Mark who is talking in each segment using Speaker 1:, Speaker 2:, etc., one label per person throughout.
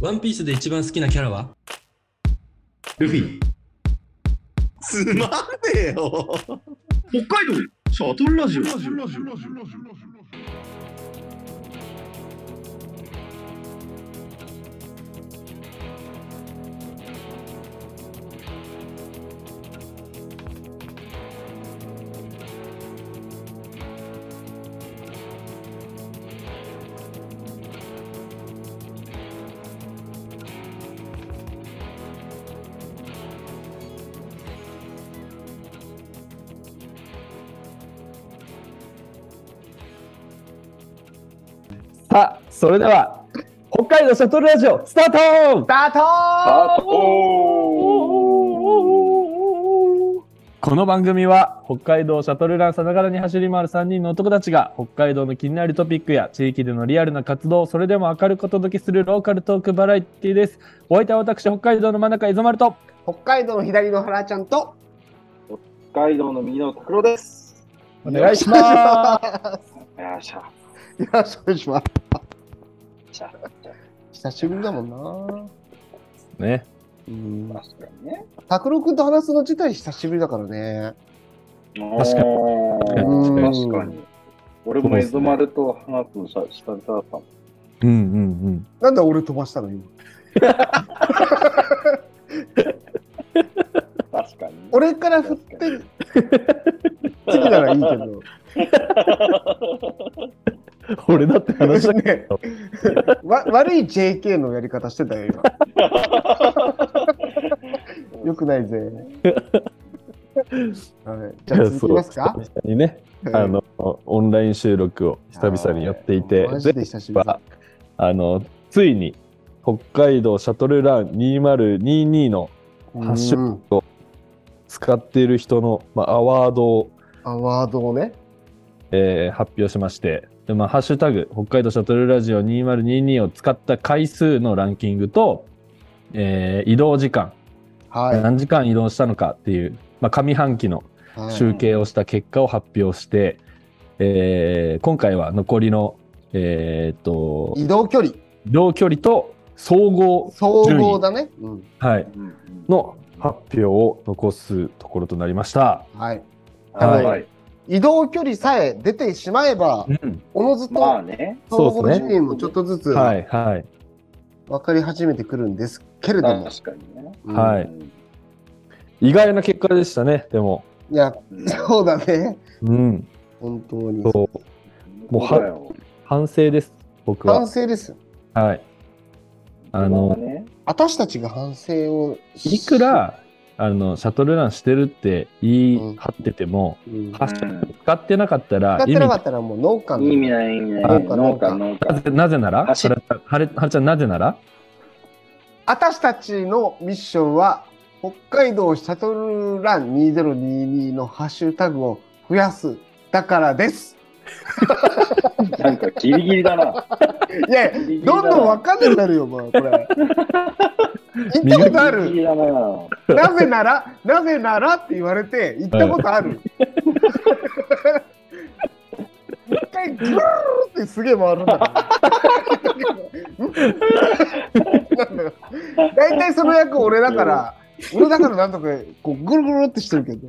Speaker 1: ワンピースで一番好きなキャラは
Speaker 2: ルフィ。
Speaker 3: つまんねえよ。
Speaker 2: 北海道シャトルラジオ。
Speaker 4: さあ、それでは、北海道シャトルラジオ、スタート
Speaker 5: ダトー
Speaker 4: この番組は、北海道シャトルランさながらに走り回る3人の男たちが、北海道の気になるトピックや地域でのリアルな活動、それでも明るくお届けするローカルトークバラエティです。お相手は私、北海道の真ん中、磯丸と、
Speaker 5: 北海道の左の原ちゃんと
Speaker 6: 北海道の右の拓郎です。
Speaker 4: お願いします。
Speaker 6: よっしゃ。
Speaker 5: よろしくお願いします
Speaker 6: しゃ
Speaker 5: 久しぶりだもん
Speaker 4: ね、
Speaker 5: な
Speaker 6: 確かにね。
Speaker 5: 拓郎くんと話すの自体久しぶりだからね
Speaker 6: 確
Speaker 4: か
Speaker 5: うん
Speaker 6: 確かに。俺もエゾマルと話すの久々だったもん。
Speaker 4: うんうん
Speaker 5: なんで俺飛ばしたの今
Speaker 6: 確かに。
Speaker 5: 俺から振って好きならいいけど
Speaker 4: うん。 俺だって話だけ
Speaker 5: ねわ悪い JK のやり方してたよ今よくないぜはいじゃあ続きますか
Speaker 4: 久々にね、あの、オンライン収録を久々にやっていて、
Speaker 5: マジで久しぶりだ
Speaker 4: はあのついに北海道シャトルラン2022の発祥
Speaker 5: うん
Speaker 4: 使っている人の、まあ、アワードを、
Speaker 5: アワードをね
Speaker 4: えー発表しましてで、まあ、ハッシュタグ北海道シャトルラジオ2022を使った回数のランキングと、えー移動時間、
Speaker 5: はい、
Speaker 4: 何時間移動したのかっていう、まあ、上半期の
Speaker 5: はい
Speaker 4: 集計をした結果を発表して、えー今回は残りの、えーっと
Speaker 5: 移動距離
Speaker 4: 移動距離と総合、
Speaker 5: 総合だね、うん、
Speaker 4: はい、
Speaker 6: うん
Speaker 4: の発表を残すところとなりました。
Speaker 5: はい
Speaker 4: はい
Speaker 6: はい。
Speaker 5: 移動距離さえ出てしまえばおのず
Speaker 6: まあ
Speaker 5: と
Speaker 6: ね。
Speaker 5: 総
Speaker 4: そう
Speaker 5: 合
Speaker 4: ですね
Speaker 5: 順位もちょっとずつ
Speaker 4: は
Speaker 5: 分
Speaker 4: いはい
Speaker 5: かり始めてくるんですけれども、
Speaker 6: 確かにね。
Speaker 5: うん
Speaker 4: はい意外な結果でしたね。でも、
Speaker 5: いやそうだね
Speaker 4: うん、
Speaker 5: 本当に
Speaker 4: そうもうは
Speaker 6: は、
Speaker 4: 反省です。僕
Speaker 5: 反
Speaker 4: は。
Speaker 5: 省です
Speaker 4: はい。あの、
Speaker 6: ね、
Speaker 5: 私たちが反省をし
Speaker 4: いく、らあのシャトルランしてるって言い張ってても、
Speaker 5: うん
Speaker 4: ハッシュタグ使ってなかったら
Speaker 5: 使って
Speaker 4: 意味
Speaker 5: なかったらもう農家
Speaker 6: いい意
Speaker 5: の
Speaker 6: 味ない、いい意味
Speaker 5: は
Speaker 6: ないい。農家、農
Speaker 4: な
Speaker 6: 家。
Speaker 4: ぜなぜなら、
Speaker 6: 走
Speaker 4: そ
Speaker 6: っ
Speaker 4: れははれはるちゃんなぜなら、
Speaker 5: 私たちのミッションは北海道シャトルラン2022のハッシュタグを増やすだからです
Speaker 6: なんかギリギリだな。
Speaker 5: いや
Speaker 6: ギリギリだ
Speaker 5: どん
Speaker 6: な
Speaker 5: どん分かんなくなるよ、もう、こ れ。行ったことあ
Speaker 6: ギリギ
Speaker 5: る。
Speaker 6: リだな。
Speaker 5: なぜなら、なぜならって言われて、行ったことある。一回、ぐーってすげえ回るんだだいたいその役俺だから、俺だからなんとかこうぐるぐるってしてるけど、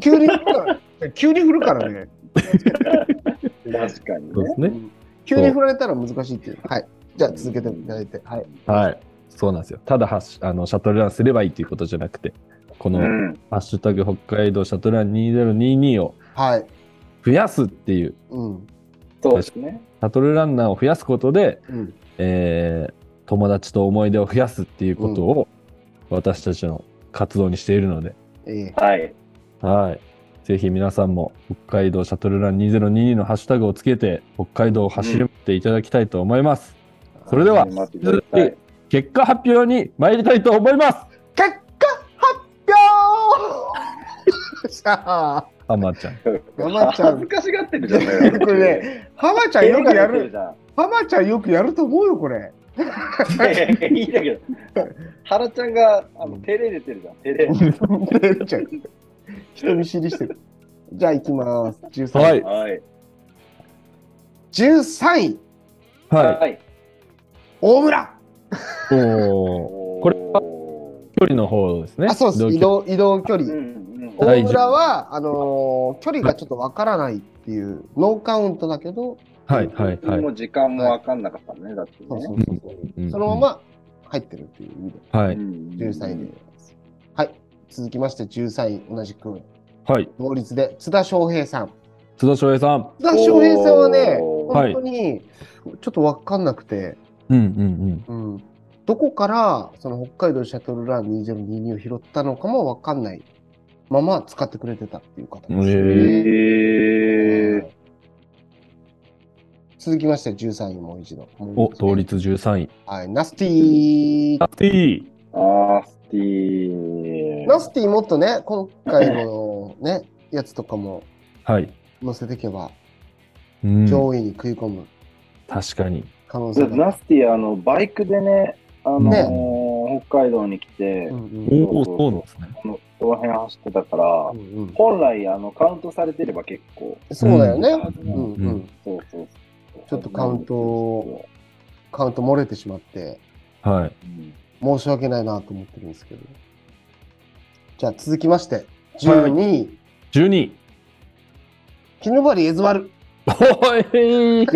Speaker 5: 急に振るから、急に振るからね。
Speaker 6: 確かに
Speaker 4: そうで
Speaker 6: ね。
Speaker 4: すね。
Speaker 5: 急に振られたら難しいっていう。はい。じゃあ続けていただいて。はい。
Speaker 4: はい。そうなんですよ。ただハッシュあのシャトルランすればいいということじゃなくて、この、
Speaker 6: うん。
Speaker 4: ハッシュタグ北海道シャトルラン2022を
Speaker 5: はい。
Speaker 4: 増やすっていう
Speaker 5: うん。
Speaker 6: そうですね。
Speaker 4: シャトルランナーを増やすことで、
Speaker 5: うん。
Speaker 4: えー友達と思い出を増やすっていうことを、私たちの活動にしているので、
Speaker 5: ええ
Speaker 6: はい。
Speaker 4: はい。ぜひ皆さんも北海道シャトルラン2022のハッシュタグをつけて、北海道を走りっていただきたいと思います。それでは、
Speaker 6: 待ってください。
Speaker 4: 結果発表に参りたいと思います。
Speaker 5: 結果発表 さあ、
Speaker 4: あまちゃん。
Speaker 5: 山ちゃ
Speaker 6: 恥ず
Speaker 5: ん。
Speaker 6: かしがってるじゃない
Speaker 5: これね、浜ちゃんよくやる。浜ちゃんよくやると思うよ、こ れ。
Speaker 6: いやいやいやいいんだけど。原ちゃんが、あの、照れ出てるじゃん。照れ。
Speaker 5: めっちゃ人見知りしてる。じゃあ行きます。13位。
Speaker 4: はい
Speaker 6: はい。
Speaker 5: 13位、
Speaker 4: はい。
Speaker 6: はい。
Speaker 5: 大村。
Speaker 4: おーこれは距離の方ですね。
Speaker 5: あ、そうです。
Speaker 4: 同
Speaker 5: 移
Speaker 4: 居
Speaker 5: 動、移動距
Speaker 6: うんう
Speaker 5: 離。
Speaker 6: ん
Speaker 4: 大
Speaker 5: 大
Speaker 4: 丈夫
Speaker 5: 浦は、あのー距離がちょっとわからないっていう、ノーカウントだけど、
Speaker 4: はいはい
Speaker 6: うん。
Speaker 4: はい。
Speaker 6: もう時間もわかんなかったね、だってね。
Speaker 5: そうそう
Speaker 4: う
Speaker 5: そうん
Speaker 4: うんうん
Speaker 5: そのまま入ってるっていう意味で、
Speaker 4: は
Speaker 6: う
Speaker 4: い
Speaker 6: ん
Speaker 5: 13位でございます。はい。続きまして、13位、同じく、
Speaker 4: はい。
Speaker 5: 同率で、津田翔平さん。
Speaker 4: 津田翔平さん。
Speaker 5: 津田翔平さんはね、
Speaker 6: おー
Speaker 5: 本当に、ちょっとわかんなくて、
Speaker 4: うんうん
Speaker 5: うん、どこからその北海道シャトルラン2022を拾ったのかもわかんないまま使ってくれてたっていう方ですね。
Speaker 6: えー
Speaker 5: 続きまして13位もう一度。
Speaker 4: うん。お、同。率13位。
Speaker 5: はい、ナスティー。
Speaker 4: い
Speaker 6: あースティー。
Speaker 5: ナスティーもっとね、今回のね、やつとかも
Speaker 4: はい。
Speaker 5: 載せていけば
Speaker 4: うん。
Speaker 5: 上位に食い込む
Speaker 4: 確かに。
Speaker 5: 可能性が。
Speaker 6: ナスティ、あの、バイクでね、あのー、北海道に来て
Speaker 5: う、んうん
Speaker 4: おお、そうなんですね。
Speaker 6: このこの辺走ってたから
Speaker 5: う、んうん
Speaker 6: 本来、あの、カウントされてれば結構。
Speaker 5: そうだよね。
Speaker 6: う
Speaker 5: うん
Speaker 6: ん
Speaker 5: うん、
Speaker 6: そうそうそう。
Speaker 5: ちょっとカウントをカウント漏れてしまって。
Speaker 4: はい。
Speaker 6: うん
Speaker 5: 申し訳ないなと思ってるんですけど。じゃあ続きまして、12位、
Speaker 4: 12位。
Speaker 5: 絹張エズワル。
Speaker 4: おい全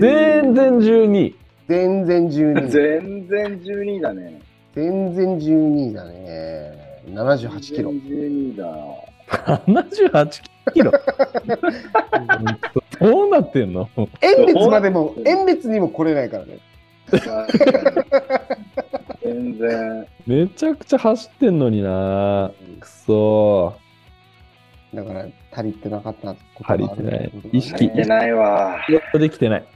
Speaker 6: 全
Speaker 4: 然12位。
Speaker 5: 全然12位。
Speaker 6: 全然12だね。
Speaker 5: 全然12位だね。78キロ。
Speaker 6: 全然12だ。
Speaker 4: 78キ ロ。どうなってんの
Speaker 5: 遠別までも、遠別にも来れないからね。
Speaker 6: 全然。
Speaker 4: めちゃくちゃ走ってんのにな。くそ
Speaker 5: だから、足りてなかったことがあ
Speaker 4: 足
Speaker 5: る
Speaker 4: りてない
Speaker 5: ことだ。ね
Speaker 4: 意
Speaker 6: 足
Speaker 4: 識
Speaker 6: りてないわ。
Speaker 4: ー。できてない。
Speaker 5: うん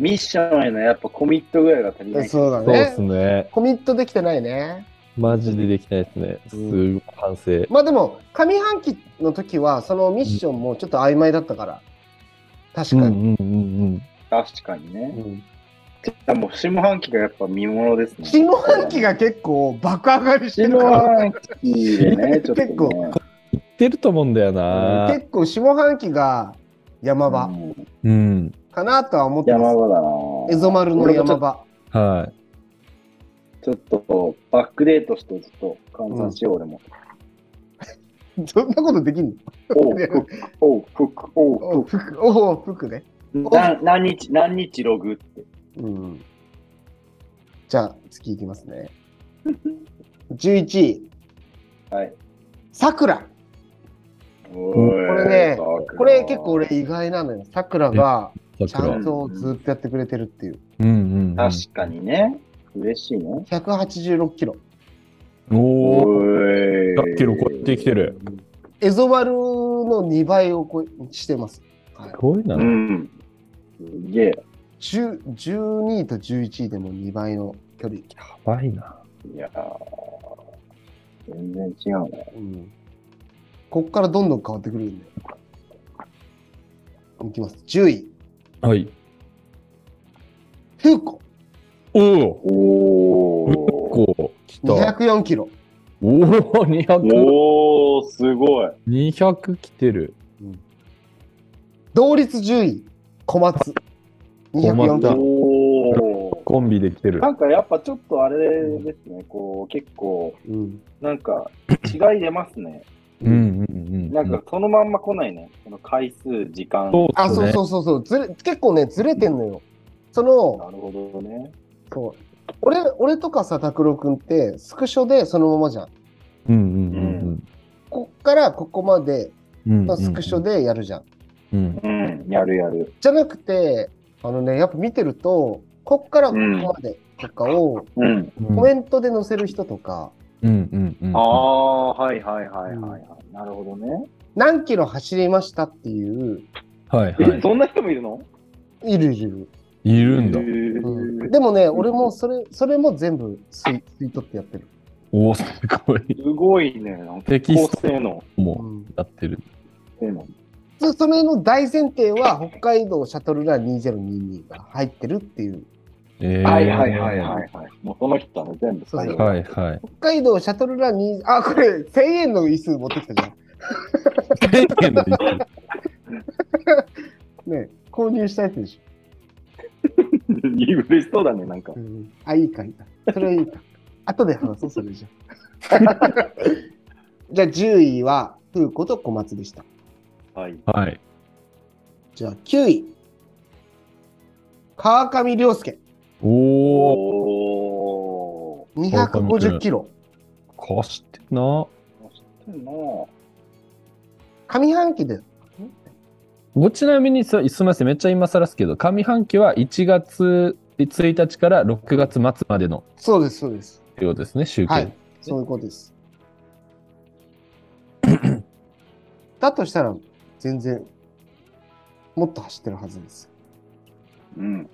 Speaker 6: ミッションへのやっぱコミットぐらいが足りない。
Speaker 5: そうだ
Speaker 4: そうです
Speaker 5: ね。
Speaker 4: ね。
Speaker 5: コミットできてないね。
Speaker 4: マジでできてないですね。すごい反省。
Speaker 5: まあでも、上半期の時は、そのミッションもちょっと曖昧だったから。確
Speaker 4: うん
Speaker 5: か
Speaker 4: う
Speaker 5: に。
Speaker 4: んうん
Speaker 6: 確かにね。
Speaker 5: うん
Speaker 6: もう下半期がやっぱ見ものですね。
Speaker 5: 下半期が結構爆上がりしてる
Speaker 6: 下
Speaker 5: から。
Speaker 6: 半期で ね、ちょっと、ね。
Speaker 5: 結構
Speaker 4: うん。出ると思うんだよな。
Speaker 5: 結構下半期が山場
Speaker 6: うん
Speaker 4: うん。
Speaker 5: かなとは思ってま
Speaker 6: 山
Speaker 5: す。
Speaker 6: 場だな。
Speaker 5: エゾ丸の山場。
Speaker 4: は
Speaker 6: ちょっとバックデートしてちょっと換算しよう、俺も。
Speaker 5: そんなことできんの
Speaker 6: おう、ふく、おう、ふく、おう、
Speaker 5: お服おう服ね。
Speaker 6: な何日、何日ログって。
Speaker 5: うん。じゃあ、次いきますね。11位。
Speaker 6: はい。
Speaker 5: さくら。
Speaker 6: こ
Speaker 5: れねこれ結構俺意外なのよ。さくらが
Speaker 4: い。
Speaker 5: ち
Speaker 4: さ
Speaker 5: ゃ
Speaker 4: くら。
Speaker 5: んとずっとやってくれてるっていう。
Speaker 4: うんうんうん。
Speaker 6: 確かにね。嬉しいね。
Speaker 5: 186キロ。
Speaker 4: おお。
Speaker 6: ー
Speaker 4: 100キロ超えてきてる。
Speaker 5: エゾ丸の2倍を超えしてます。はい
Speaker 4: すごいうな。
Speaker 6: ん。すげえ。
Speaker 5: 10 12位と11位でも2倍の距離。
Speaker 4: やばいな。
Speaker 6: いやー全然違うね。
Speaker 5: うんこっからどんどん変わってくるんで。いきます。10位、
Speaker 4: はい。
Speaker 5: フーコ、
Speaker 4: おお。
Speaker 6: おー。
Speaker 4: こう。来た。
Speaker 5: 204キロ。
Speaker 4: おお、200。
Speaker 6: おー、すごい。
Speaker 4: 200来てる。
Speaker 5: 同率10位、小松、204
Speaker 4: 小
Speaker 5: キ
Speaker 4: 松
Speaker 5: ロ。
Speaker 6: おー。
Speaker 4: コンビで来てる。
Speaker 6: なんかやっぱちょっとあれですね、こう結構、
Speaker 5: うん
Speaker 6: なんか違い出ますね。
Speaker 4: うんうんうん。
Speaker 6: なんか、そのまんま来ないね、この回数、時間。
Speaker 4: そう
Speaker 5: あ、
Speaker 4: です
Speaker 5: そう
Speaker 4: ね。
Speaker 5: そうそうそうずれ。結構ね、ずれてんのよ。その、
Speaker 6: なるほどね。
Speaker 5: そう俺俺とかさ、拓郎くんって、スクショでそのままじゃん。
Speaker 4: うんうんうん
Speaker 5: こっからここまで、
Speaker 4: うんうんうん
Speaker 5: ま
Speaker 4: う
Speaker 5: あ
Speaker 4: ん。
Speaker 5: スクショでやるじゃん。
Speaker 4: うん。
Speaker 6: うん、やるやる。
Speaker 5: じゃなくて、あのね、やっぱ見てると、こっからここまでとかを、
Speaker 6: うん。
Speaker 4: うん
Speaker 5: コメントで載せる人とか、
Speaker 4: うんうんうん。
Speaker 6: ああ、はいはいはいはいはい。なるほどね。
Speaker 5: 何キロ走りましたっていう、
Speaker 4: はいは
Speaker 6: え、そんな人もいるの
Speaker 5: いるいる。
Speaker 4: い。い
Speaker 6: い
Speaker 4: るんだ。
Speaker 5: うん、でもね、俺もそれ、それも全部吸い吸い取ってやってる。
Speaker 4: おお、すごい。
Speaker 6: すごいね。なんか
Speaker 4: テキスト
Speaker 6: 高性能。
Speaker 5: う
Speaker 4: も
Speaker 5: ん
Speaker 4: う、やってる。
Speaker 6: 性能
Speaker 5: そそれの大前提は、北海道シャトルラン2022が入ってるっていう。
Speaker 4: えー
Speaker 6: はいはいはいはいはい。もうその人はね、全部
Speaker 5: そうそう
Speaker 4: はいはい。
Speaker 5: 北海道シャトルラン2、あ、これ1000円の椅子持ってきたじゃ
Speaker 4: 天然の一
Speaker 5: ん。ね、購入したやつでし
Speaker 6: に嬉しそうだね、なんか
Speaker 5: う。んあ、いいか、いいか。それはいいか。 後で話そう、それじゃ。 じゃあ、10位は、フーコと小松でした。
Speaker 6: はい。
Speaker 4: はい。
Speaker 5: じゃあ、9位。川上良介、
Speaker 4: おー、
Speaker 6: おー。
Speaker 5: 250キロ。
Speaker 4: 貸してんな。
Speaker 6: でも
Speaker 5: 上半期で、
Speaker 4: ごちなみにす、すみません、めっちゃ今更ですけど、上半期は1月1日から6月末までの
Speaker 5: そうです、そうです。
Speaker 4: ようですね、集計。
Speaker 5: はい、そういうことです。 だとしたら、全然、もっと走ってるはずです。
Speaker 6: うん。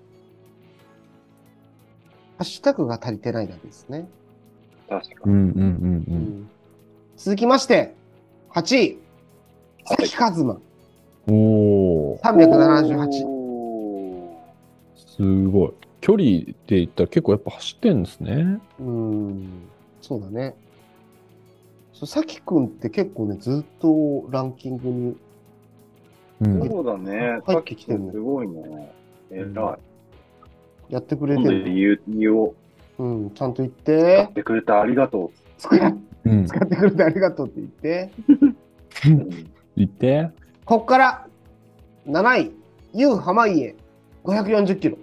Speaker 5: ハッシュタグが足りてないだけですね。
Speaker 6: 確か
Speaker 4: う
Speaker 6: に。
Speaker 4: んうんうんうん。
Speaker 5: 続きまして、8位、
Speaker 6: はい
Speaker 5: 崎和馬、
Speaker 4: おお、
Speaker 5: 378。
Speaker 6: お
Speaker 4: すごい。距離で言ったら結構やっぱ走ってんですね。
Speaker 5: うーん、そうだね。そう崎くんって結構ね、ずっとランキングに、
Speaker 4: う
Speaker 6: ー
Speaker 4: ん。
Speaker 6: そうだね。
Speaker 5: 入ってきてる
Speaker 6: さっきすごいね。えらい。
Speaker 5: やってくれて
Speaker 6: 今度
Speaker 5: る。
Speaker 6: 言う、言おう。
Speaker 5: うん、ちゃんと言っ
Speaker 6: や
Speaker 5: て
Speaker 6: っ、てくれてありがと
Speaker 5: 使っ
Speaker 4: うん。
Speaker 5: 使ってくれてありがとうって言って。
Speaker 6: う。
Speaker 4: 言って。
Speaker 5: ここから7位、ユウ濱家、540キロ。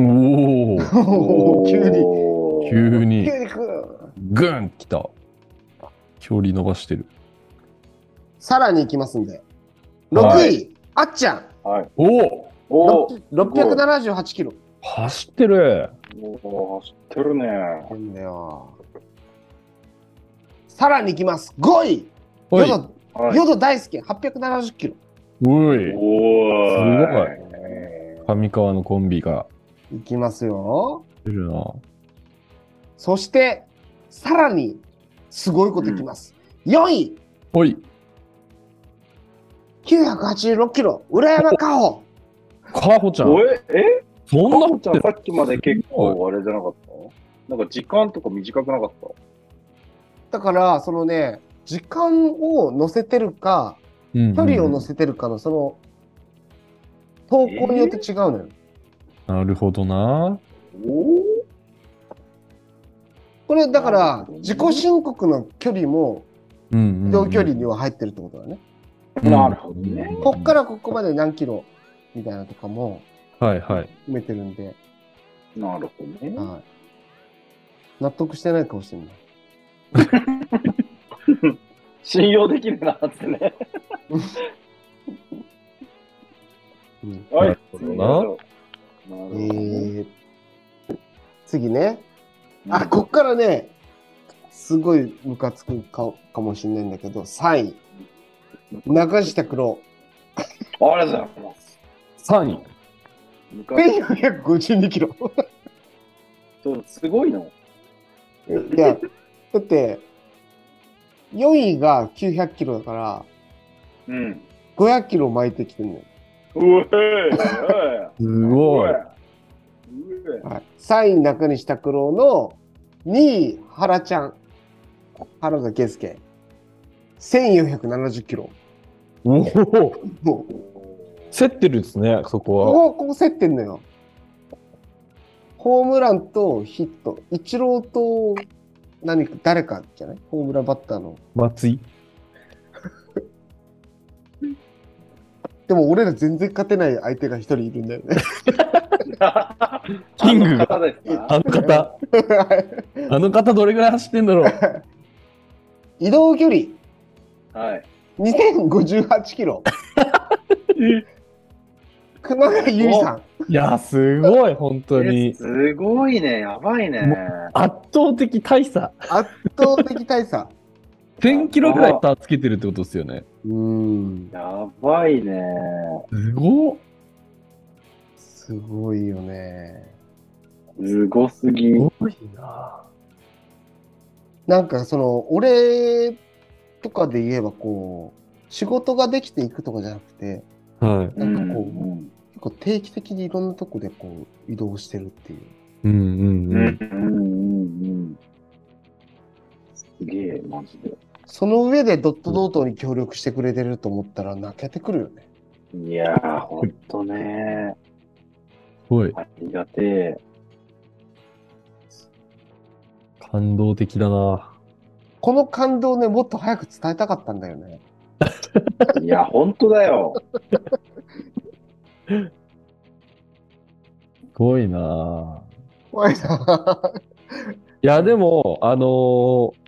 Speaker 4: おお、
Speaker 5: おー 急
Speaker 4: 急
Speaker 6: に
Speaker 5: に、
Speaker 4: に
Speaker 5: 急にくー
Speaker 4: グーン来た。距離伸ばしてる。
Speaker 5: さらに行きますんで。6位、
Speaker 4: はい
Speaker 5: あっちゃん、
Speaker 4: おお、
Speaker 6: おー
Speaker 5: 678キロ。
Speaker 4: 走ってる。
Speaker 6: おー知ってるね。
Speaker 5: なんだよ。さらに行きます。5位、
Speaker 4: おい、
Speaker 5: ヨド
Speaker 6: はい
Speaker 5: ヨド大輔、870キロ。
Speaker 4: おい、
Speaker 6: おー
Speaker 4: す上川のコンビが
Speaker 5: 行きますよ。
Speaker 4: 出るな。
Speaker 5: そして、さらに、すごいこといきます。4位、
Speaker 4: おい、
Speaker 5: 986キロ、浦山加穂。
Speaker 4: カホちゃん。
Speaker 6: おええ
Speaker 4: そんな
Speaker 6: ちゃんさっきまで結
Speaker 4: すご
Speaker 6: 構あれじゃなかったなんか時間とか短くなかった
Speaker 5: だから、そのね、時間を乗せてるか、
Speaker 4: い
Speaker 5: 距離を乗
Speaker 4: せ
Speaker 5: せてるかの、その、投稿によって違うのよ。
Speaker 4: なるほどな。
Speaker 6: お
Speaker 5: これ、だ
Speaker 6: な
Speaker 5: か
Speaker 6: る
Speaker 5: ら
Speaker 6: ほど、ね
Speaker 5: 自己申告の距離も、
Speaker 4: うんうんうん
Speaker 5: 移動距離には入ってるってことだね。
Speaker 6: おなるほどね。
Speaker 5: こっからここまで何キロみたいなのとかも
Speaker 4: はいはい。
Speaker 5: 埋めてるんで、
Speaker 6: なるほどね。
Speaker 5: はい、納得してない顔してるね。
Speaker 6: 信用できるなってね。
Speaker 5: うん
Speaker 6: はい。
Speaker 4: なるほどな
Speaker 6: なるほ
Speaker 5: え
Speaker 6: どね。
Speaker 5: ー、次ね。あ、こっからね、すごいムカつくかかもしれないんだけど、3位。中下黒、
Speaker 6: ありがとうございます。
Speaker 4: 3位。
Speaker 6: 昔
Speaker 5: 1452キロ。
Speaker 6: そうすごいの。
Speaker 5: いや、だって、4位が900キロだから、
Speaker 6: うん。
Speaker 5: 500キロ巻いてきてるのよ。
Speaker 6: うえー
Speaker 4: す
Speaker 6: うえー
Speaker 4: ごい。
Speaker 6: うえー
Speaker 5: はい、3位中西拓郎の2位原ちゃん原田圭介1470キロ
Speaker 4: おお、
Speaker 5: もう
Speaker 4: 競ってるんですね、そこは。
Speaker 5: ここここ競ってんのよホームランとヒットイチローと何か誰かじゃないホームランバッターの
Speaker 4: 松井。
Speaker 5: でも俺ら全然勝てない相手が一人いるんだよね
Speaker 4: キングが
Speaker 6: あの方ですか
Speaker 4: あの方、あの方どれぐらい走ってんだ ろう。
Speaker 5: 移動距離
Speaker 6: はい。
Speaker 5: 2058キロ熊谷由衣さん
Speaker 4: いや、すごい、本当
Speaker 6: え
Speaker 4: に。
Speaker 6: すごいね。やばいね。
Speaker 4: 圧倒的大差。
Speaker 5: 圧倒的大差
Speaker 4: 1000キロぐらい差つけてるってことですよね。
Speaker 5: うーん
Speaker 6: やばいね。
Speaker 4: すごっ。
Speaker 5: すごいよね。
Speaker 6: すごすぎ。
Speaker 4: すごいな。
Speaker 5: なんかその、俺とかで言えばこう、仕事ができていくとかじゃなくて、
Speaker 4: はい。
Speaker 5: なんかこう、
Speaker 6: うん
Speaker 5: 結構定期的にいろんなとこでこう、移動してるっていう。
Speaker 4: うんうん
Speaker 6: う
Speaker 4: うんん。
Speaker 6: うんうんうん。すげえ、マジで。
Speaker 5: その上でドットドートに協力してくれてると思ったら泣けてくるよね。
Speaker 6: いやー、ほんとね。
Speaker 4: ごい。
Speaker 6: ありがてえ。
Speaker 4: 感動的だな。
Speaker 5: この感動ね、もっと早く伝えたかったんだよね。
Speaker 6: いや、本当だよ。
Speaker 4: すごいな。
Speaker 5: 怖いな。
Speaker 4: いや、でも、あのー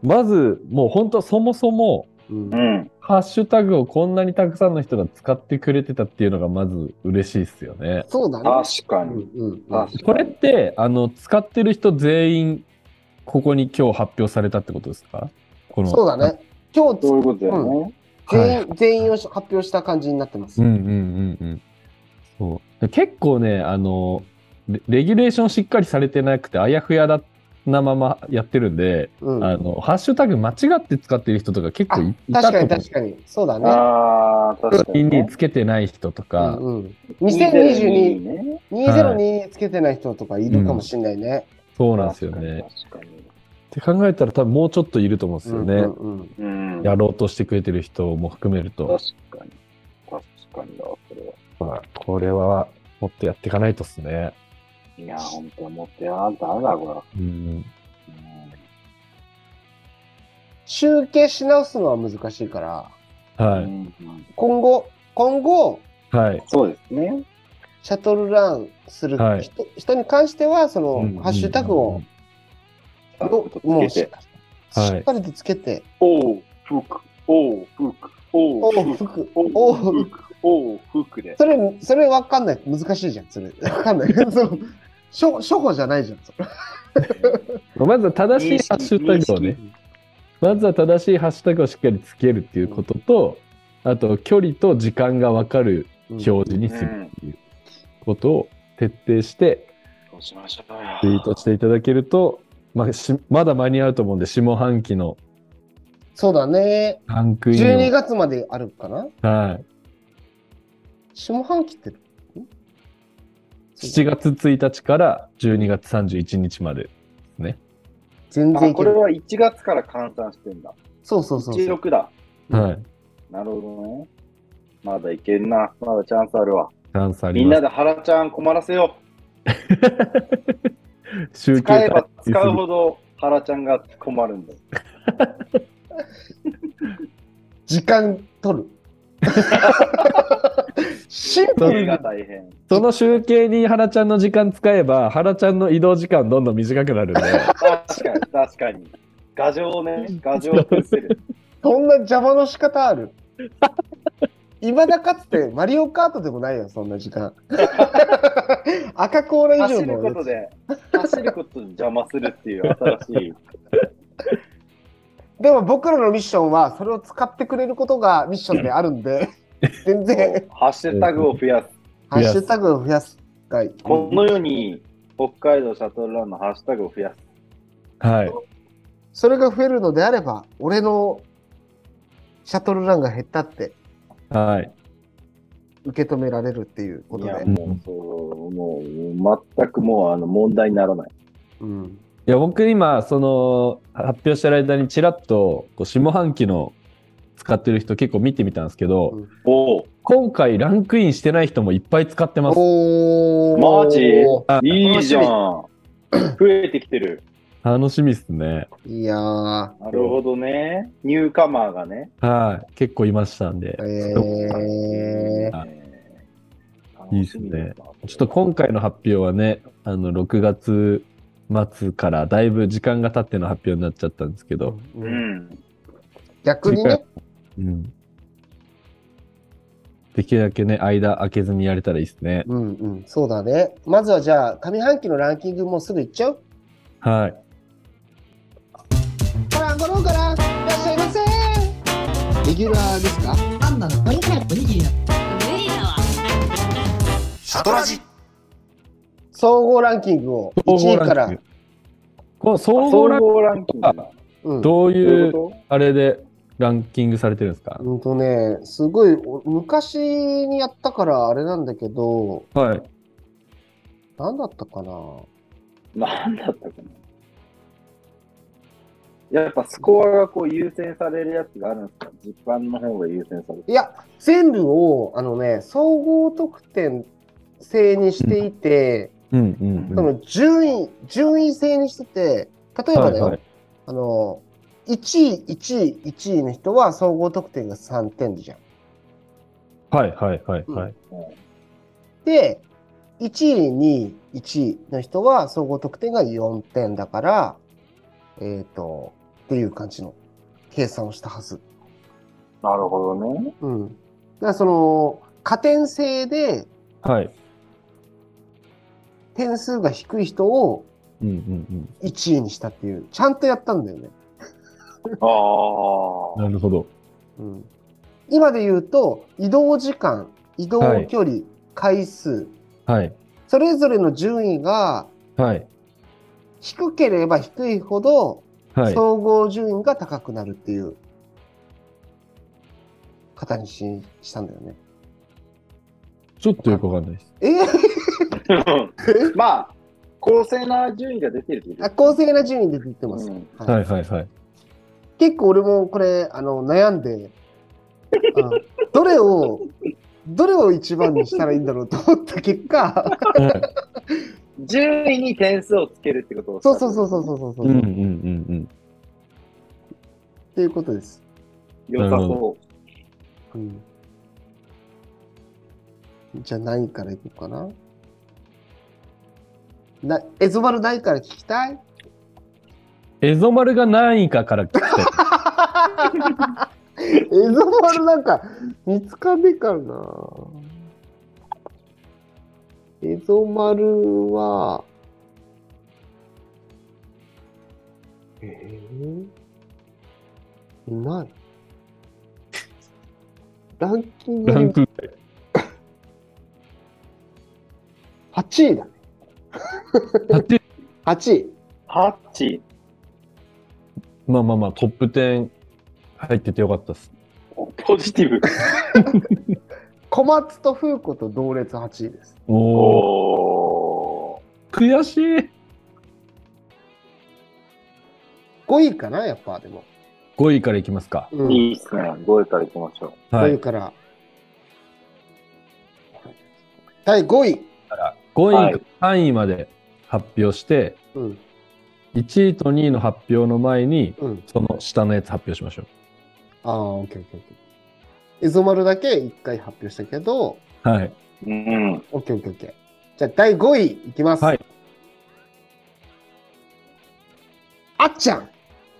Speaker 4: まず、もう本当、そもそも、
Speaker 5: うん
Speaker 6: うん。
Speaker 4: ハッシュタグをこんなにたくさんの人が使ってくれてたっていうのがまず嬉しいですよね。
Speaker 5: そうだね。
Speaker 6: 確か
Speaker 5: うん
Speaker 6: に。
Speaker 5: うんうん
Speaker 6: 確かに
Speaker 4: これって、あの、使ってる人全員、ここに今日発表されたってことですかこの
Speaker 5: そうだ。ね。今日つ
Speaker 6: そういうことだよね。
Speaker 4: はい
Speaker 5: 全員、全員を発表した感じになってます。
Speaker 4: うんうんうんうん。そうで結構ね、あの、レレギュレーションしっかりされてなくて、あやふやだなままやってるんで、
Speaker 5: うん
Speaker 4: あの、ハッシュタグ間違って使ってる人とか結構いいたと思
Speaker 5: 確かに
Speaker 4: う
Speaker 5: 確かに。そうだね。
Speaker 6: ああ、確かにね、
Speaker 4: につけてない人とか、
Speaker 5: うんうん、2022、
Speaker 6: ね。
Speaker 5: 2022につけてない人とかいるかもしれないね。
Speaker 4: そうなんですよね。っ
Speaker 6: 確かに。
Speaker 4: て考えたら多分もうちょっといると思うんですよね。
Speaker 5: うんうんうん
Speaker 6: うん。
Speaker 4: やろうとしてくれてる人も含めると、
Speaker 6: 確かに。確かにだ、これは。
Speaker 4: まあこれはもっとやっていかないとっすね。
Speaker 6: いや、本当はもっとやらんとあれだ、こ
Speaker 4: うん。
Speaker 6: れ。
Speaker 5: 集計し直すのは難しいから、
Speaker 6: う
Speaker 4: は
Speaker 6: ん
Speaker 5: 今後、今後、
Speaker 4: い。はい。
Speaker 6: そうですね。
Speaker 5: シャトルランする人,、
Speaker 4: はい
Speaker 5: 人に関しては、その、
Speaker 4: うん
Speaker 5: ハッシュタグを、どもうしっかり、
Speaker 4: はい
Speaker 5: しっかりとつけて、
Speaker 6: おう、ふく、おう、ふく、お
Speaker 5: お
Speaker 6: う、
Speaker 5: う、
Speaker 6: ふく、
Speaker 5: 服、
Speaker 6: お
Speaker 5: お
Speaker 6: う、ふ
Speaker 5: う、
Speaker 6: く、おう、ふくで。
Speaker 5: それ、それわかんない。難しいじゃん、それ。わかんない。そ の、初初歩じゃないじゃん、それ。
Speaker 4: まずは正しいハッシュタグをね、まずは正しいハッシュタグをしっかりつけるっていうことと、あと距離と時間がわかる
Speaker 5: うん
Speaker 4: 表示に
Speaker 6: 認識。
Speaker 4: す
Speaker 6: う
Speaker 4: る
Speaker 6: ん。
Speaker 4: ことを徹底して
Speaker 6: そうしましょうよ
Speaker 4: ツイートしていただけると、まあ、しまだ間に合うと思うんで、下半期の
Speaker 5: そうだね。
Speaker 4: ランクインを
Speaker 5: 12月まであるかな
Speaker 4: はい。
Speaker 5: 下半期ってん
Speaker 4: 7月1日から12月31日まで。
Speaker 5: 全然
Speaker 6: あ、
Speaker 5: いけ
Speaker 6: これ
Speaker 5: る。
Speaker 6: は1月から換算してんだ。
Speaker 5: そうそうそうそう。
Speaker 6: 16だ。
Speaker 5: うん
Speaker 4: はい。
Speaker 6: なるほどね。まだいけんな。まだチャンスあるわ。
Speaker 4: チャンスあり
Speaker 6: みん
Speaker 4: ます。
Speaker 6: なで原ちゃん困らせよ
Speaker 4: 集
Speaker 6: う。
Speaker 4: 計
Speaker 6: 使えば
Speaker 4: 大切
Speaker 6: 使うほど原ちゃんが困るんだよ。
Speaker 5: 時間取る。シンプ
Speaker 6: そ
Speaker 5: ル
Speaker 6: れが
Speaker 5: に。
Speaker 6: 大変。
Speaker 4: その集計に原ちゃんの時間使えば、原ちゃんの移動時間どんどん短くな るんで、
Speaker 6: 確かに、確かに。画像をね、画像を崩せる。
Speaker 5: そんな邪魔の仕方ある。いまだかつてマリオカートでもないよ、そんな時間。赤コーラ以
Speaker 6: 走
Speaker 5: 上
Speaker 6: る
Speaker 5: の
Speaker 6: ことで、走ることで邪魔するっていう新しい。
Speaker 5: でも僕らのミッションは、それを使ってくれることがミッションであるんで、全然、
Speaker 6: ハッシュタグを増やす。
Speaker 5: ハッシュタグを増やすがいい。
Speaker 6: この世に北海道シャトルランのハッシュタグを増やす。
Speaker 4: はい。
Speaker 5: それが増えるのであれば、俺のシャトルランが減ったって
Speaker 4: はい。
Speaker 5: 受け止められるっていうこと
Speaker 6: いや、
Speaker 5: で。
Speaker 6: もう、そう、もう、全くもう、あの、問題にならない。
Speaker 5: うん。
Speaker 4: いや、僕今、その、発表してる間にちらっと、こう下半期の使ってる人結構見てみたんですけど、
Speaker 5: うん
Speaker 6: おお、
Speaker 4: 今回ランクインしてない人もいっぱい使ってます。
Speaker 5: おー。
Speaker 6: マジ
Speaker 4: あ
Speaker 6: いいじゃん。増えてきてる。
Speaker 4: 楽しみですね。
Speaker 5: いやー。
Speaker 6: なるほどね。ニューカマーがね。
Speaker 4: はい。結構いましたんで。
Speaker 5: えー、
Speaker 4: あ
Speaker 6: えー
Speaker 4: いいっすね。
Speaker 6: 楽しみだな
Speaker 4: ちょっと今回の発表はね、あの、6月末からだいぶ時間が経っての発表になっちゃったんですけど、
Speaker 5: う
Speaker 6: うんん。
Speaker 5: 逆にね、
Speaker 4: うん。できるだけね、間空けずにやれたらいいですね。
Speaker 5: うんうん、そうだね。まずはじゃあ、上半期のランキングもうすぐいっちゃう
Speaker 4: はい。
Speaker 5: ごらんごろんから、いらっしゃいませレギュラーですか
Speaker 7: パンダのオリジナルおにぎりだ
Speaker 8: 無理だわ
Speaker 3: シャトラジ
Speaker 5: 総合ランキングを1位から、
Speaker 4: この
Speaker 6: 総
Speaker 4: 総合ランキング
Speaker 6: 合ランキングだ。
Speaker 5: うん、
Speaker 4: どう
Speaker 6: ど
Speaker 4: いう
Speaker 6: こ
Speaker 4: あれでランキングされてるんですか、
Speaker 5: うんとね、すごい、お昔にやったからあれなんだけど、
Speaker 4: はい。
Speaker 5: 何だったかな
Speaker 6: となんだったかな。やっぱスコアがこう優先されるやつがあるんですか実版の方が優先される。
Speaker 5: いや、全部を、あのね、総合得点制にしていて、
Speaker 4: うんうん
Speaker 5: その順位、順位制にしてて、例えばだよ、
Speaker 4: はい
Speaker 5: あの、1位、1位、1位の人は総合得点が3点じゃん。
Speaker 4: はいはいはいはい。
Speaker 5: で、1位、2位、1位の人は総合得点が4点だから、えっ、と、っていう感じの計算をしたはず。
Speaker 6: なるほどね。
Speaker 5: うん。だからその、加点制で
Speaker 4: はい。
Speaker 5: 点数が低い人を
Speaker 4: うんうん
Speaker 5: 1位にしたっていう、ちゃんとやったんだよね。
Speaker 4: うん。
Speaker 6: あ
Speaker 4: なるほど。
Speaker 5: うん。今で言うと、移動時間、移動距離、回数、
Speaker 4: はい。
Speaker 5: それぞれの順位が
Speaker 4: はい。
Speaker 5: 低ければ低いほど、
Speaker 4: はい。
Speaker 5: 総合順位が高くなるっていう方にししたんだよね。
Speaker 4: ちょっとよくわかんないです。
Speaker 5: えー、
Speaker 6: あ。まあ、公正な順位が出てるってこと
Speaker 5: あ公正な順位で出てます。
Speaker 6: うん
Speaker 5: は
Speaker 4: は
Speaker 5: い
Speaker 4: いはいはい。
Speaker 5: 結構俺もこれあの悩んであのどれをどれを一番にしたらいいんだろうと思った結果
Speaker 6: 順位に点数をつけるってこと
Speaker 5: そうそうそう
Speaker 6: う。
Speaker 5: そうそうそうそう、
Speaker 4: うんうんう
Speaker 5: っ
Speaker 4: んうん。
Speaker 5: ていうことです。
Speaker 6: 良さそ
Speaker 5: うん、じゃあ何位からいこうかな。なエゾバル何位から聞き たい
Speaker 4: エゾマルが何位かから聞き たい。
Speaker 5: エゾバルなんか見つかんねえからな。エゾマルは、えー、いない。ランキング
Speaker 4: ランク
Speaker 5: 8位だね。
Speaker 4: 8位。
Speaker 5: 8位。
Speaker 6: う。ハッチ。
Speaker 4: まあまあまあ、トップ10入っててよかったです。
Speaker 6: ポジティブ。
Speaker 5: 小松と風子と同列8位です。
Speaker 4: おお。
Speaker 6: お
Speaker 4: 悔しい。
Speaker 5: 5位かな、やっぱでも。
Speaker 4: 5位からいきますか。
Speaker 5: う
Speaker 6: ー。
Speaker 5: ん
Speaker 6: いいっすね。5位から行きましょ
Speaker 4: は
Speaker 5: 5
Speaker 4: い
Speaker 5: 位。から。第5位。
Speaker 4: 5
Speaker 6: はい
Speaker 4: 位、3位まで発表して、
Speaker 5: うん。
Speaker 4: 1位と2位の発表の前に、
Speaker 5: うん。
Speaker 4: その下のやつ発表しましょ
Speaker 5: ああ、オッケーオッケーオッケー。エゾマルだけ1回発表したけど、
Speaker 4: う。はい。
Speaker 6: う。うん。
Speaker 5: オッケーオッケーオッケー。じゃあ第5位いきます。
Speaker 4: はい。
Speaker 5: あっちゃん。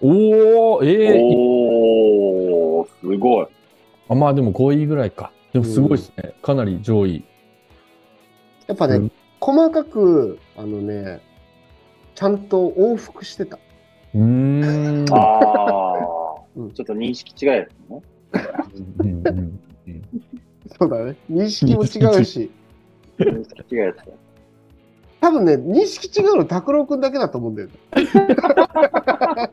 Speaker 4: おお、ええ
Speaker 6: おー、すごい。
Speaker 4: あまあでも5位ぐらいか。でもすごいですね。かなり上位。
Speaker 5: やっぱね、
Speaker 4: うん
Speaker 5: 細かく、あのね、ちゃんと往復してた。
Speaker 4: うーん。
Speaker 6: ああ
Speaker 5: うん。
Speaker 6: ちょっと認識違いですね。
Speaker 4: うんうん
Speaker 5: そうだね。認識も違うし。
Speaker 6: 認識違いですね。
Speaker 5: 多分ね、認識違うの拓郎くんだけだと思うんだよね。だ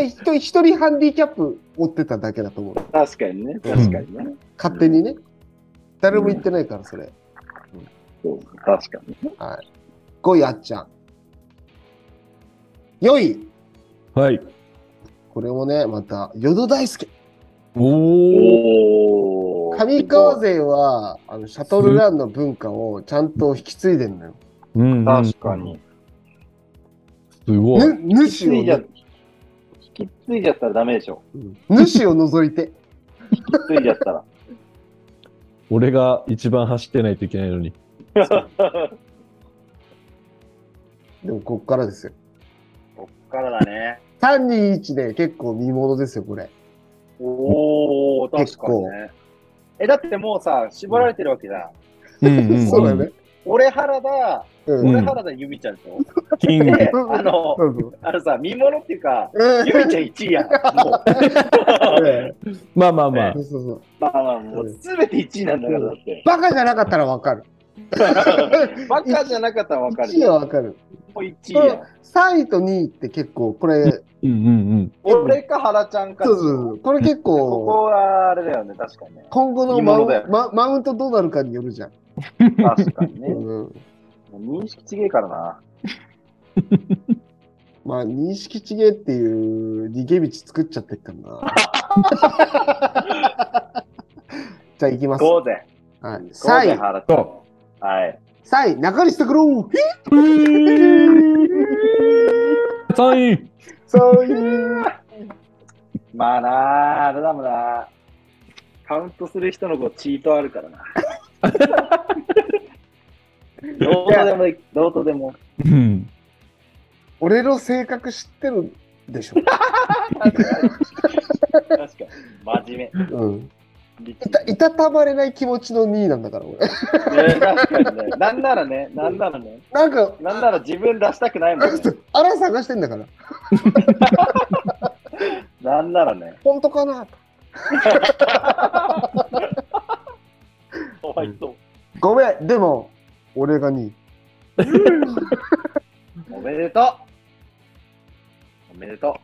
Speaker 5: 一人一人ハンディキャップ負ってただけだと思う。
Speaker 6: 確かにね。確かにね。
Speaker 5: 勝手にね。誰も言ってないから、それ。
Speaker 6: そう確かに。
Speaker 5: 5位あっちゃん。4位。
Speaker 4: はい。
Speaker 5: これもね、また、ヨド大輔。
Speaker 4: おお。
Speaker 6: おー。
Speaker 5: 上川勢は、あの、シャトルランの文化をちゃんと引き継いでんのよ。
Speaker 4: うんうん
Speaker 6: 確かに。。
Speaker 4: すごい。
Speaker 5: ぬ、
Speaker 6: 引き
Speaker 5: 主を
Speaker 6: 継いじゃ
Speaker 5: ね、
Speaker 6: 引き継いじゃったらダメでしょ。
Speaker 5: うん主を除いて。
Speaker 6: 引き継いじゃったら。
Speaker 4: 俺が一番走ってないといけないのに。
Speaker 5: でも、こっからですよ。
Speaker 6: こっからだね。
Speaker 5: 321で結構見ものですよ、これ。
Speaker 6: おお、確
Speaker 5: 結
Speaker 6: かに
Speaker 5: 構
Speaker 6: ね。え、だってもうさ、絞られてるわけじゃん。
Speaker 4: うんうんん
Speaker 5: そうだね。。
Speaker 6: 俺原田、
Speaker 5: うん。
Speaker 6: 俺原田由美ちゃんでしょ。
Speaker 4: キング。
Speaker 6: で、あの
Speaker 5: そ、うそう。
Speaker 6: あのさ、見物っていうか、
Speaker 5: うん
Speaker 6: 由美ちゃん1位やん。 もう、
Speaker 4: まあまあまあ
Speaker 5: そ。うそうそう。
Speaker 6: まあまあ、もう全て1位なんだから、だって。
Speaker 5: バカじゃなかったらわかる。
Speaker 6: バカじゃなかったらわかる
Speaker 5: 1位
Speaker 6: よ。
Speaker 5: はわかる。
Speaker 6: もう1位やん。
Speaker 5: 3位と2位って結構、これ、
Speaker 4: うんうんうん。
Speaker 6: 俺か原ちゃんか。
Speaker 5: そうそうそう。これ結
Speaker 6: こ
Speaker 5: 構、
Speaker 6: こはあれだよね、確かにね。
Speaker 5: 今後の
Speaker 6: 見
Speaker 5: マ
Speaker 6: も
Speaker 5: ウ
Speaker 6: のだよ
Speaker 5: ママウントどうなるかによるじゃん。
Speaker 6: 確かにね。
Speaker 5: うん
Speaker 6: もう認識違えからな。
Speaker 5: まあ、認識ちげえっていう逃げ道作っちゃってっからな。じゃあ、いきま す。
Speaker 6: ゴーゼ。
Speaker 5: はい、
Speaker 6: ゴーゼ
Speaker 5: 3位、
Speaker 6: 原ちゃん。はい。
Speaker 5: 3位、中西拓郎。
Speaker 4: 3位
Speaker 5: 3位。
Speaker 6: まあなあ、あれだもんな。カウントする人のこうチートある からな。どうとでもいい、どうとでも。
Speaker 4: うん
Speaker 5: 俺の性格知ってるでしょ。
Speaker 6: 確かに。真面
Speaker 5: うん。
Speaker 6: 目。リッ
Speaker 5: い
Speaker 6: チ
Speaker 5: た、いたたまれない気持ちの2位なんだから、俺。
Speaker 6: ね確かにね。なんならね、なんならね、
Speaker 5: なんか、
Speaker 6: なんなら自分出したくないもんね。
Speaker 5: あら探してんだから。
Speaker 6: なんならね。
Speaker 5: 本当かな
Speaker 6: かわいそう。
Speaker 5: ごめん、でも、俺が2位。
Speaker 6: おめでとう。おめでと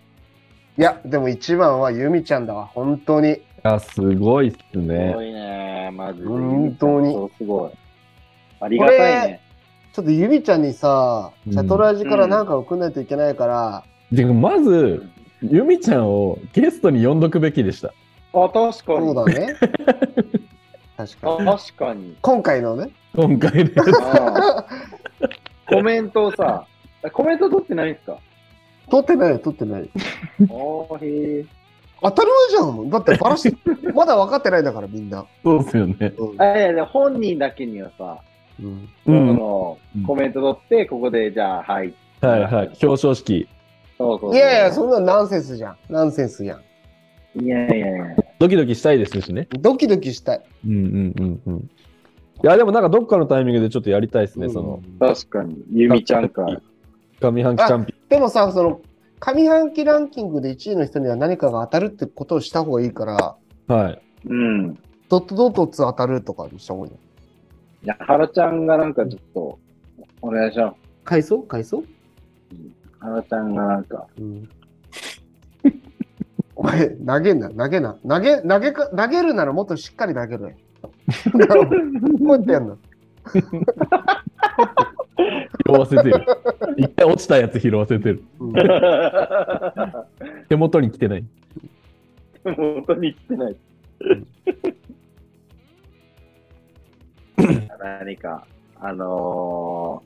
Speaker 5: いや、でも1番はゆみちゃんだわ、本当に。
Speaker 4: いやすごいっす
Speaker 6: う。す
Speaker 4: ね
Speaker 6: ごいね、マジで。
Speaker 5: 本当に
Speaker 6: そう。すごい。ありがたいね。
Speaker 5: ちょっとゆみちゃんにさ、
Speaker 4: うん
Speaker 5: チャトラジからなんか送んないといけないから、
Speaker 4: でまず由美ちゃんをゲストに呼んどくべきでした
Speaker 6: あ、確か
Speaker 5: そう
Speaker 6: に。
Speaker 5: だ ね。確かに。
Speaker 6: 確かに。
Speaker 5: 今回のね、
Speaker 4: 今回で
Speaker 6: ああコメントをさ、コメント取ってないんですか
Speaker 5: 撮ってないよ、撮ってないよ。
Speaker 6: おーへー
Speaker 5: 当たり前じゃんもん。だってバラし、 まだ分かってないんだから、みんな。
Speaker 4: そうっすよね
Speaker 5: うん
Speaker 6: あいやいや本人だけにはさ、
Speaker 5: うん
Speaker 4: う
Speaker 6: そ
Speaker 4: んは
Speaker 6: の
Speaker 4: うん
Speaker 6: コメント取って、ここでじゃあ、はい。
Speaker 4: いはい表彰式
Speaker 6: そうそうそう
Speaker 5: いやいや、そんなのナンセンスじゃん。ナンセンスやん。
Speaker 6: いやいやいや。
Speaker 4: ドキドキしたいですしね
Speaker 5: ドキドキしたい。
Speaker 4: うんうんうんうんいやでもなんかどっかのタイミングでちょっとやりたいですね、
Speaker 5: うん
Speaker 4: その
Speaker 6: 確かに、ゆみちゃんか。
Speaker 4: 上半期チャンピ
Speaker 5: でもさ、その、上半期ランキングで1位の人には何かが当たるってことをした方がいいから、
Speaker 4: オン。はい。
Speaker 6: うん。
Speaker 5: ドットドットツ当たるとかにした方がいいよ。
Speaker 6: いや、原ちゃんがなんかちょっと、お願いします。
Speaker 5: 回想回想
Speaker 6: 原ちゃんがなんか、
Speaker 5: うん。お前、投げんな、投げな。投げ、投げか、投げるならもっとしっかり投げろよ。 こうやってやんの。
Speaker 4: 拾わせてる。一回落ちたやつ拾わせてる。
Speaker 5: うん
Speaker 4: 手元に来てない。
Speaker 6: 本当に来てない。何か、あの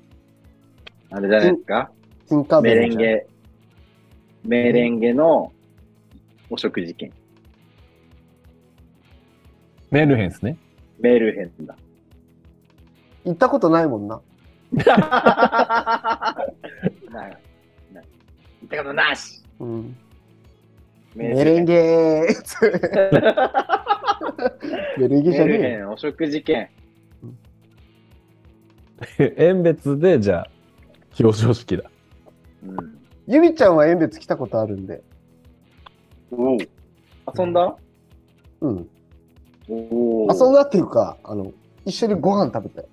Speaker 6: ー、あれじゃないですか
Speaker 5: 新幹
Speaker 6: メレ
Speaker 5: 線
Speaker 6: ン
Speaker 5: じゃん。
Speaker 6: ゲ、メレンゲのお食事券。
Speaker 4: メルヘンですね。
Speaker 6: メルヘ ンだ。
Speaker 5: 行ったことないもんな。
Speaker 6: ない。ない。行ったことなし
Speaker 5: うん。
Speaker 6: メ
Speaker 5: メレンゲー。 メレンゲじ
Speaker 6: メ
Speaker 5: ゃね
Speaker 6: ル
Speaker 5: え
Speaker 6: ヘ
Speaker 5: よ。
Speaker 6: ンお食事券。
Speaker 4: 縁別で、じゃあ、表彰式だ。
Speaker 6: うん。
Speaker 5: ゆみちゃんは演別来たことあるんで。
Speaker 6: お遊んだ
Speaker 5: うん。
Speaker 6: お
Speaker 5: 遊んだっていうか、あの、一緒にご飯食べたよ。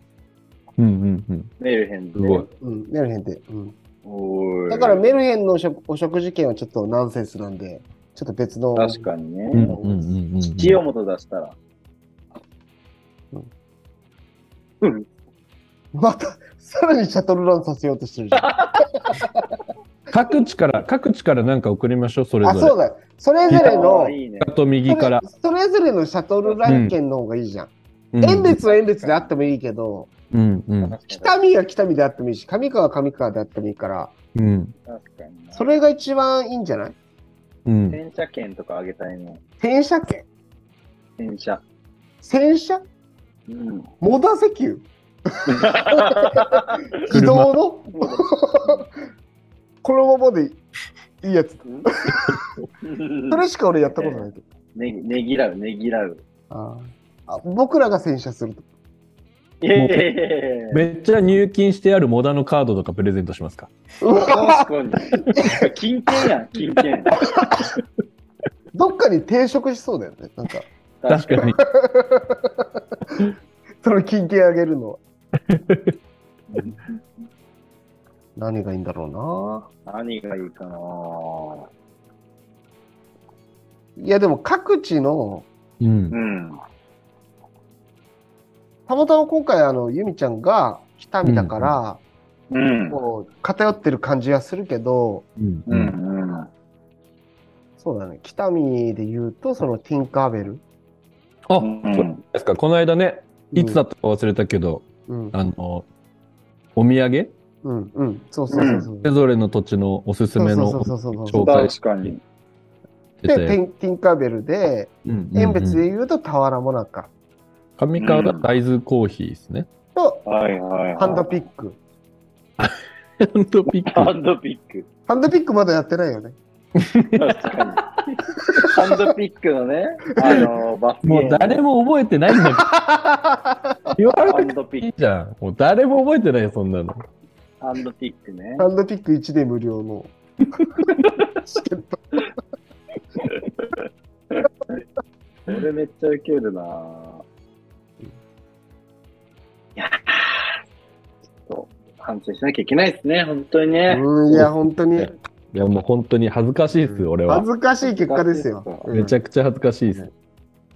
Speaker 4: うんうんうん。
Speaker 6: メルヘン
Speaker 4: す
Speaker 6: で。
Speaker 4: ごい。
Speaker 5: うん、メルヘンで。うん。
Speaker 6: おい
Speaker 5: だからメルヘンのお食お食事券はちょっとナンセンスなんで、ちょっと別の。
Speaker 6: 確かにね。
Speaker 4: うんうんうんうん。
Speaker 6: 清本出したら。
Speaker 5: また、さらにシャトルランさせようとしてるじゃん。
Speaker 4: 各地から、各地からなんか送りましょう、それぞ
Speaker 5: あ、
Speaker 4: れ。
Speaker 5: そうだよ。それぞれの
Speaker 6: あ、いいね。
Speaker 4: あと右から。
Speaker 5: それそれぞれのシャトルラン券の方がいいじゃん。
Speaker 4: うん
Speaker 5: 演別は演別であってもいいけど、
Speaker 4: うんうん。
Speaker 5: 北見は北見であってもいいし、上川は上川であってもいいから、
Speaker 4: うん。
Speaker 6: 確かにな。
Speaker 5: それが一番いいんじゃない
Speaker 4: うん。
Speaker 6: 洗車券とかあげたいね。
Speaker 5: 洗車券
Speaker 6: 洗車。
Speaker 5: 洗車
Speaker 6: うん。
Speaker 5: モーダー石油自動のこのままでいいやつ。それしか俺やったことないけど。
Speaker 6: ねねぎらう、ねぎらう。
Speaker 5: あーあ僕らが洗車すると。
Speaker 6: いやいやいやいや
Speaker 4: めっちゃ入金してあるモダのカードとかプレゼントしますか。
Speaker 6: 確かに。金券やん、金券。
Speaker 5: どっかに抵触しそうだよね。なんか、
Speaker 4: 確かに。
Speaker 5: その金券あげるのは。何がいいんだろうな。
Speaker 6: 何がいいかなぁ
Speaker 5: いやでも各地の
Speaker 4: うん。
Speaker 6: うん。
Speaker 5: たまたま今回あの由美ちゃんが北見だから、
Speaker 6: うん。
Speaker 5: こう偏ってる感じはするけど
Speaker 4: うん
Speaker 6: う。ん。うん。
Speaker 5: そうだね北見で言うとそのティンカーベル
Speaker 4: あ、
Speaker 6: う
Speaker 4: そうで
Speaker 6: ん
Speaker 4: すか。この間ね、いつだったか忘れたけど、
Speaker 5: うん。
Speaker 4: あの、お土産
Speaker 5: うん。うん。そうそうそうそう。
Speaker 4: それぞれの土地のおすすめの
Speaker 5: そうそうそうそうそう
Speaker 4: 紹介
Speaker 6: 確かに。
Speaker 4: 出
Speaker 5: で、テ
Speaker 4: て、
Speaker 5: ィンティンカーベルで、
Speaker 4: うんうんう
Speaker 5: 遠
Speaker 4: ん
Speaker 5: 別で言うと俵もなんか
Speaker 4: 上川が大豆コーヒーですね。
Speaker 5: と
Speaker 6: はいはい、はい。
Speaker 5: ハンドピック。
Speaker 4: ハンドピッ
Speaker 6: ハ
Speaker 4: ク。
Speaker 6: ンドピック。
Speaker 5: ハンドピックまだやってないよね。
Speaker 6: 確かに。ハンドピックのね、あの、バスケ。
Speaker 4: もう誰も覚えてないんだ けど。言われ
Speaker 6: ハ
Speaker 4: て
Speaker 6: ンドピ
Speaker 4: い
Speaker 6: ッ
Speaker 4: い
Speaker 6: ク、
Speaker 4: じゃん。もう誰も覚えてないよ、そんなの。
Speaker 6: ハンドピックね。
Speaker 5: ハンドピック1で無料の。チケット
Speaker 6: これめっちゃウケるなぁ。いやぁちょっと反省しなきゃいけないですね、本当にね。
Speaker 5: うん、いや、本当に。
Speaker 4: いや、もう本当に恥ずかしいですよ、俺は
Speaker 5: 恥。ずかしい結果ですよ。うん
Speaker 4: めちゃくちゃ恥ずかしいです。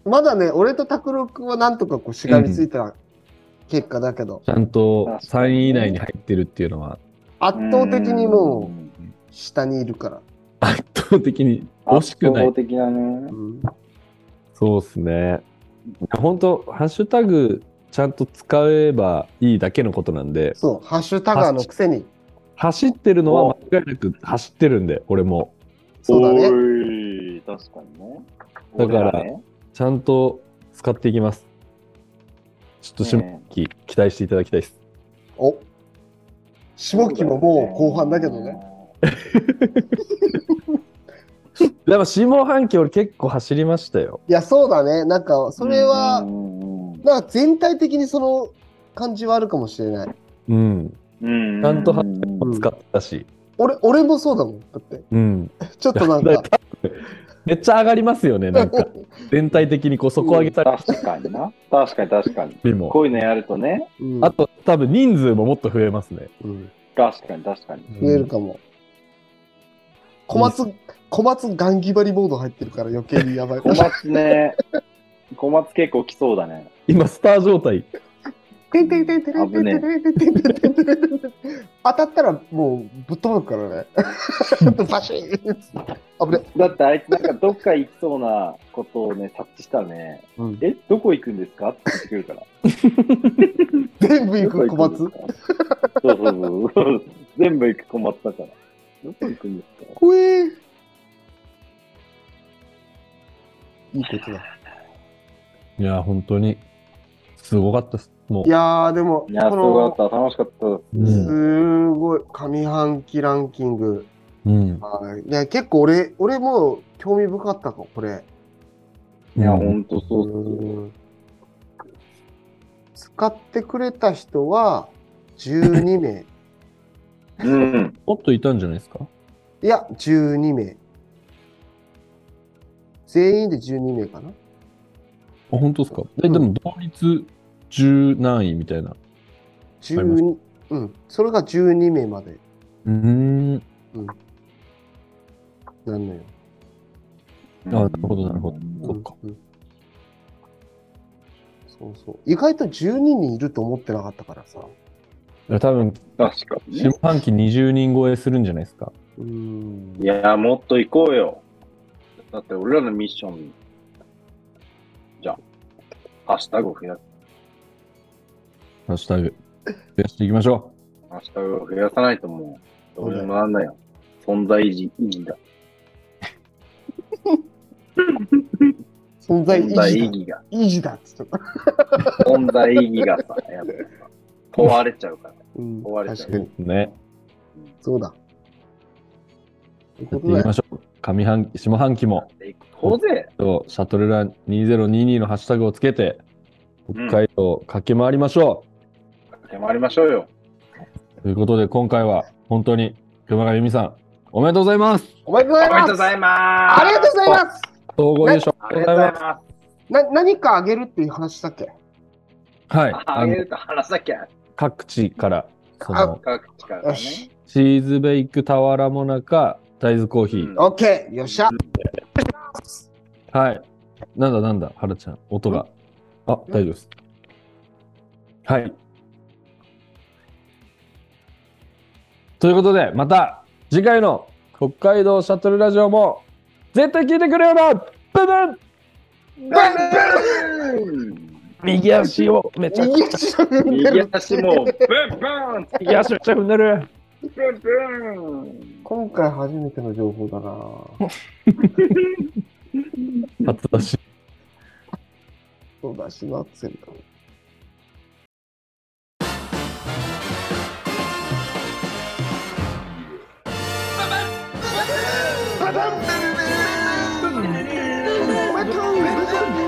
Speaker 5: まだね、俺と拓郎君はなんとかこうしがみついた結果だけど、
Speaker 4: ちゃんと3位以内に入ってるっていうのは、
Speaker 5: 圧倒的にもう
Speaker 6: うん
Speaker 5: 下にいるから。
Speaker 4: 圧倒的に惜しくな
Speaker 6: 圧
Speaker 4: い
Speaker 6: 倒。的なね
Speaker 5: う。ん、
Speaker 4: そうですね。本当ハッシュタグちゃんと使えばいいだけのことなんで、
Speaker 5: そう、ハッシュタガーのくせに。
Speaker 4: 走ってるのは間違いなく走ってるんで、俺も。
Speaker 5: そうだね。
Speaker 6: ね。確かにね。
Speaker 4: だから
Speaker 6: 俺ね
Speaker 4: ちゃんと使っていきます。ちょっと下
Speaker 6: ね
Speaker 4: 期期待していただきたいです。
Speaker 5: お下期ももう後半だけどね。。
Speaker 4: でも下半期俺結構走りましたよ。
Speaker 5: いや、そうだね。なんか、それは、
Speaker 6: うんうんうん
Speaker 5: なんか全体的にその感じはあるかもしれない。
Speaker 4: うん。
Speaker 6: うん
Speaker 4: ちゃんとハ
Speaker 6: うんうん
Speaker 5: うん
Speaker 4: 使ってたし。
Speaker 5: 俺、俺もそうだもん。だって、
Speaker 4: うん。
Speaker 5: ちょっとなんか、
Speaker 4: めっちゃ上がりますよね、なん か。全体的にこう底上げされた
Speaker 6: 確かにな。確かに確かに。
Speaker 4: りも。
Speaker 6: こういうのやるとね。
Speaker 5: うん
Speaker 4: あと多分人数ももっと増えますね。
Speaker 5: うん
Speaker 6: 確かに確かに。
Speaker 5: 増えるかも。小松、小松ガンギバリモード入ってるから余計にやばい。
Speaker 6: 小松ね。小松結構来そうだね。
Speaker 4: 今スター状態。
Speaker 5: てんてんてんてんてんてんてんてんてんてんてんてんてんてん 当たったらもうぶっ飛ぶからね。バシーンあぶね。
Speaker 6: だってあいつなんかどっか行きそうなことをね、察知したらね、
Speaker 5: うん
Speaker 6: え、どこ行くんですかって言ってくるから。
Speaker 5: 全部行く
Speaker 6: ど
Speaker 5: 小
Speaker 6: こ行くん
Speaker 5: 松。
Speaker 6: ですかそうそうそう。全部行く小松だから。どこ行くんですか
Speaker 5: ほえーいいことだ。
Speaker 4: いや、本当に。すごかったっす。も
Speaker 5: いやーでも、
Speaker 6: いや、す
Speaker 5: こ
Speaker 6: ご
Speaker 5: の
Speaker 6: かった。楽しかったです。
Speaker 4: う。うん。
Speaker 5: すごい上半期ランキング。
Speaker 4: うん。
Speaker 5: はいいや結構俺、俺も興味深かったかも、これ。
Speaker 6: いや、
Speaker 4: うん
Speaker 6: ほんとそうっすよ。
Speaker 5: うん使ってくれた人は12名。
Speaker 6: うん。
Speaker 4: もっといたんじゃないですか
Speaker 5: いや、12名。全員で12名かな
Speaker 4: あ、本当ですかえ、
Speaker 5: うん
Speaker 4: でも同率十何位みたいな。わかり
Speaker 5: ?12、うん。それが12名まで
Speaker 4: うーん。
Speaker 5: なのよ。
Speaker 6: あ
Speaker 4: なるほどなるほどそっか
Speaker 5: うんうんそうそう。意外と12人いると思ってなかったからさ。
Speaker 4: いや多分、
Speaker 6: 確かに
Speaker 4: 下
Speaker 6: ね。
Speaker 4: 半期20人超えするんじゃないですか
Speaker 5: うん
Speaker 6: い。や、もっと行こうよ。だって俺らのミッション、じゃあ、ハッシュタグを増やす。
Speaker 4: ハッシュタグ。増やしていきましょ
Speaker 6: ハッシュタグを増やさないともう、どうにもなんないよ。存在維持、維持だ。
Speaker 5: 存在意
Speaker 6: 存
Speaker 5: 義
Speaker 6: 在意
Speaker 5: だ。
Speaker 6: 義が、
Speaker 5: 意義だっつってた。
Speaker 6: 存在意義がさ、やっぱさ問われちゃうから。
Speaker 5: うん
Speaker 6: 終わりだよ
Speaker 5: 確かに。
Speaker 4: う。ね。
Speaker 5: そうだ。という
Speaker 4: や
Speaker 5: こ
Speaker 4: ってい
Speaker 5: と
Speaker 4: き
Speaker 5: で
Speaker 4: ましょう。上半期、下半期も、
Speaker 6: 当然、
Speaker 4: とシャトルラン2022のハッシュタグをつけて、北海道を駆け回りましょ
Speaker 6: 駆け回りましょうよ。
Speaker 4: う。ということで、今回は本当に熊谷由美さん、おめでとうございます。
Speaker 5: おめでとうご
Speaker 6: お
Speaker 5: ざい
Speaker 6: めでと
Speaker 5: ま
Speaker 6: うご
Speaker 5: す
Speaker 6: ざいます。
Speaker 5: ありがとうございます
Speaker 4: 総合優勝
Speaker 6: あ
Speaker 4: お
Speaker 6: り
Speaker 4: めで
Speaker 6: が
Speaker 4: とう
Speaker 6: とう
Speaker 4: ございま
Speaker 6: ござい
Speaker 4: す。
Speaker 6: ます。
Speaker 5: な何かあげるっていう話だっけ
Speaker 4: はい。
Speaker 6: あ
Speaker 4: あ
Speaker 6: げ
Speaker 4: の
Speaker 6: ると話だけある。
Speaker 4: 各地から、その、
Speaker 6: 各地からね。
Speaker 4: チーズベイク、俵もなか、大豆コーヒー。
Speaker 6: うん
Speaker 5: オッケーよっしゃ
Speaker 4: はい。なんだなんだ、はらちゃん、音が。あ、大丈夫です。はい。ということで、また次回の北海道シャトルラジオも絶対聞いてくれよなブンブン
Speaker 6: ブンブン
Speaker 4: 右足をめちゃく
Speaker 5: 右
Speaker 4: ちゃ、
Speaker 5: 足が踏んで
Speaker 6: 右
Speaker 5: る。
Speaker 6: 足も、ブンブン
Speaker 4: 右足めっちゃ踏んでる。
Speaker 6: ブンブン
Speaker 5: 今回初めての情報だなぁ
Speaker 4: 初出し。
Speaker 5: そうだしなってるかも。
Speaker 3: ババン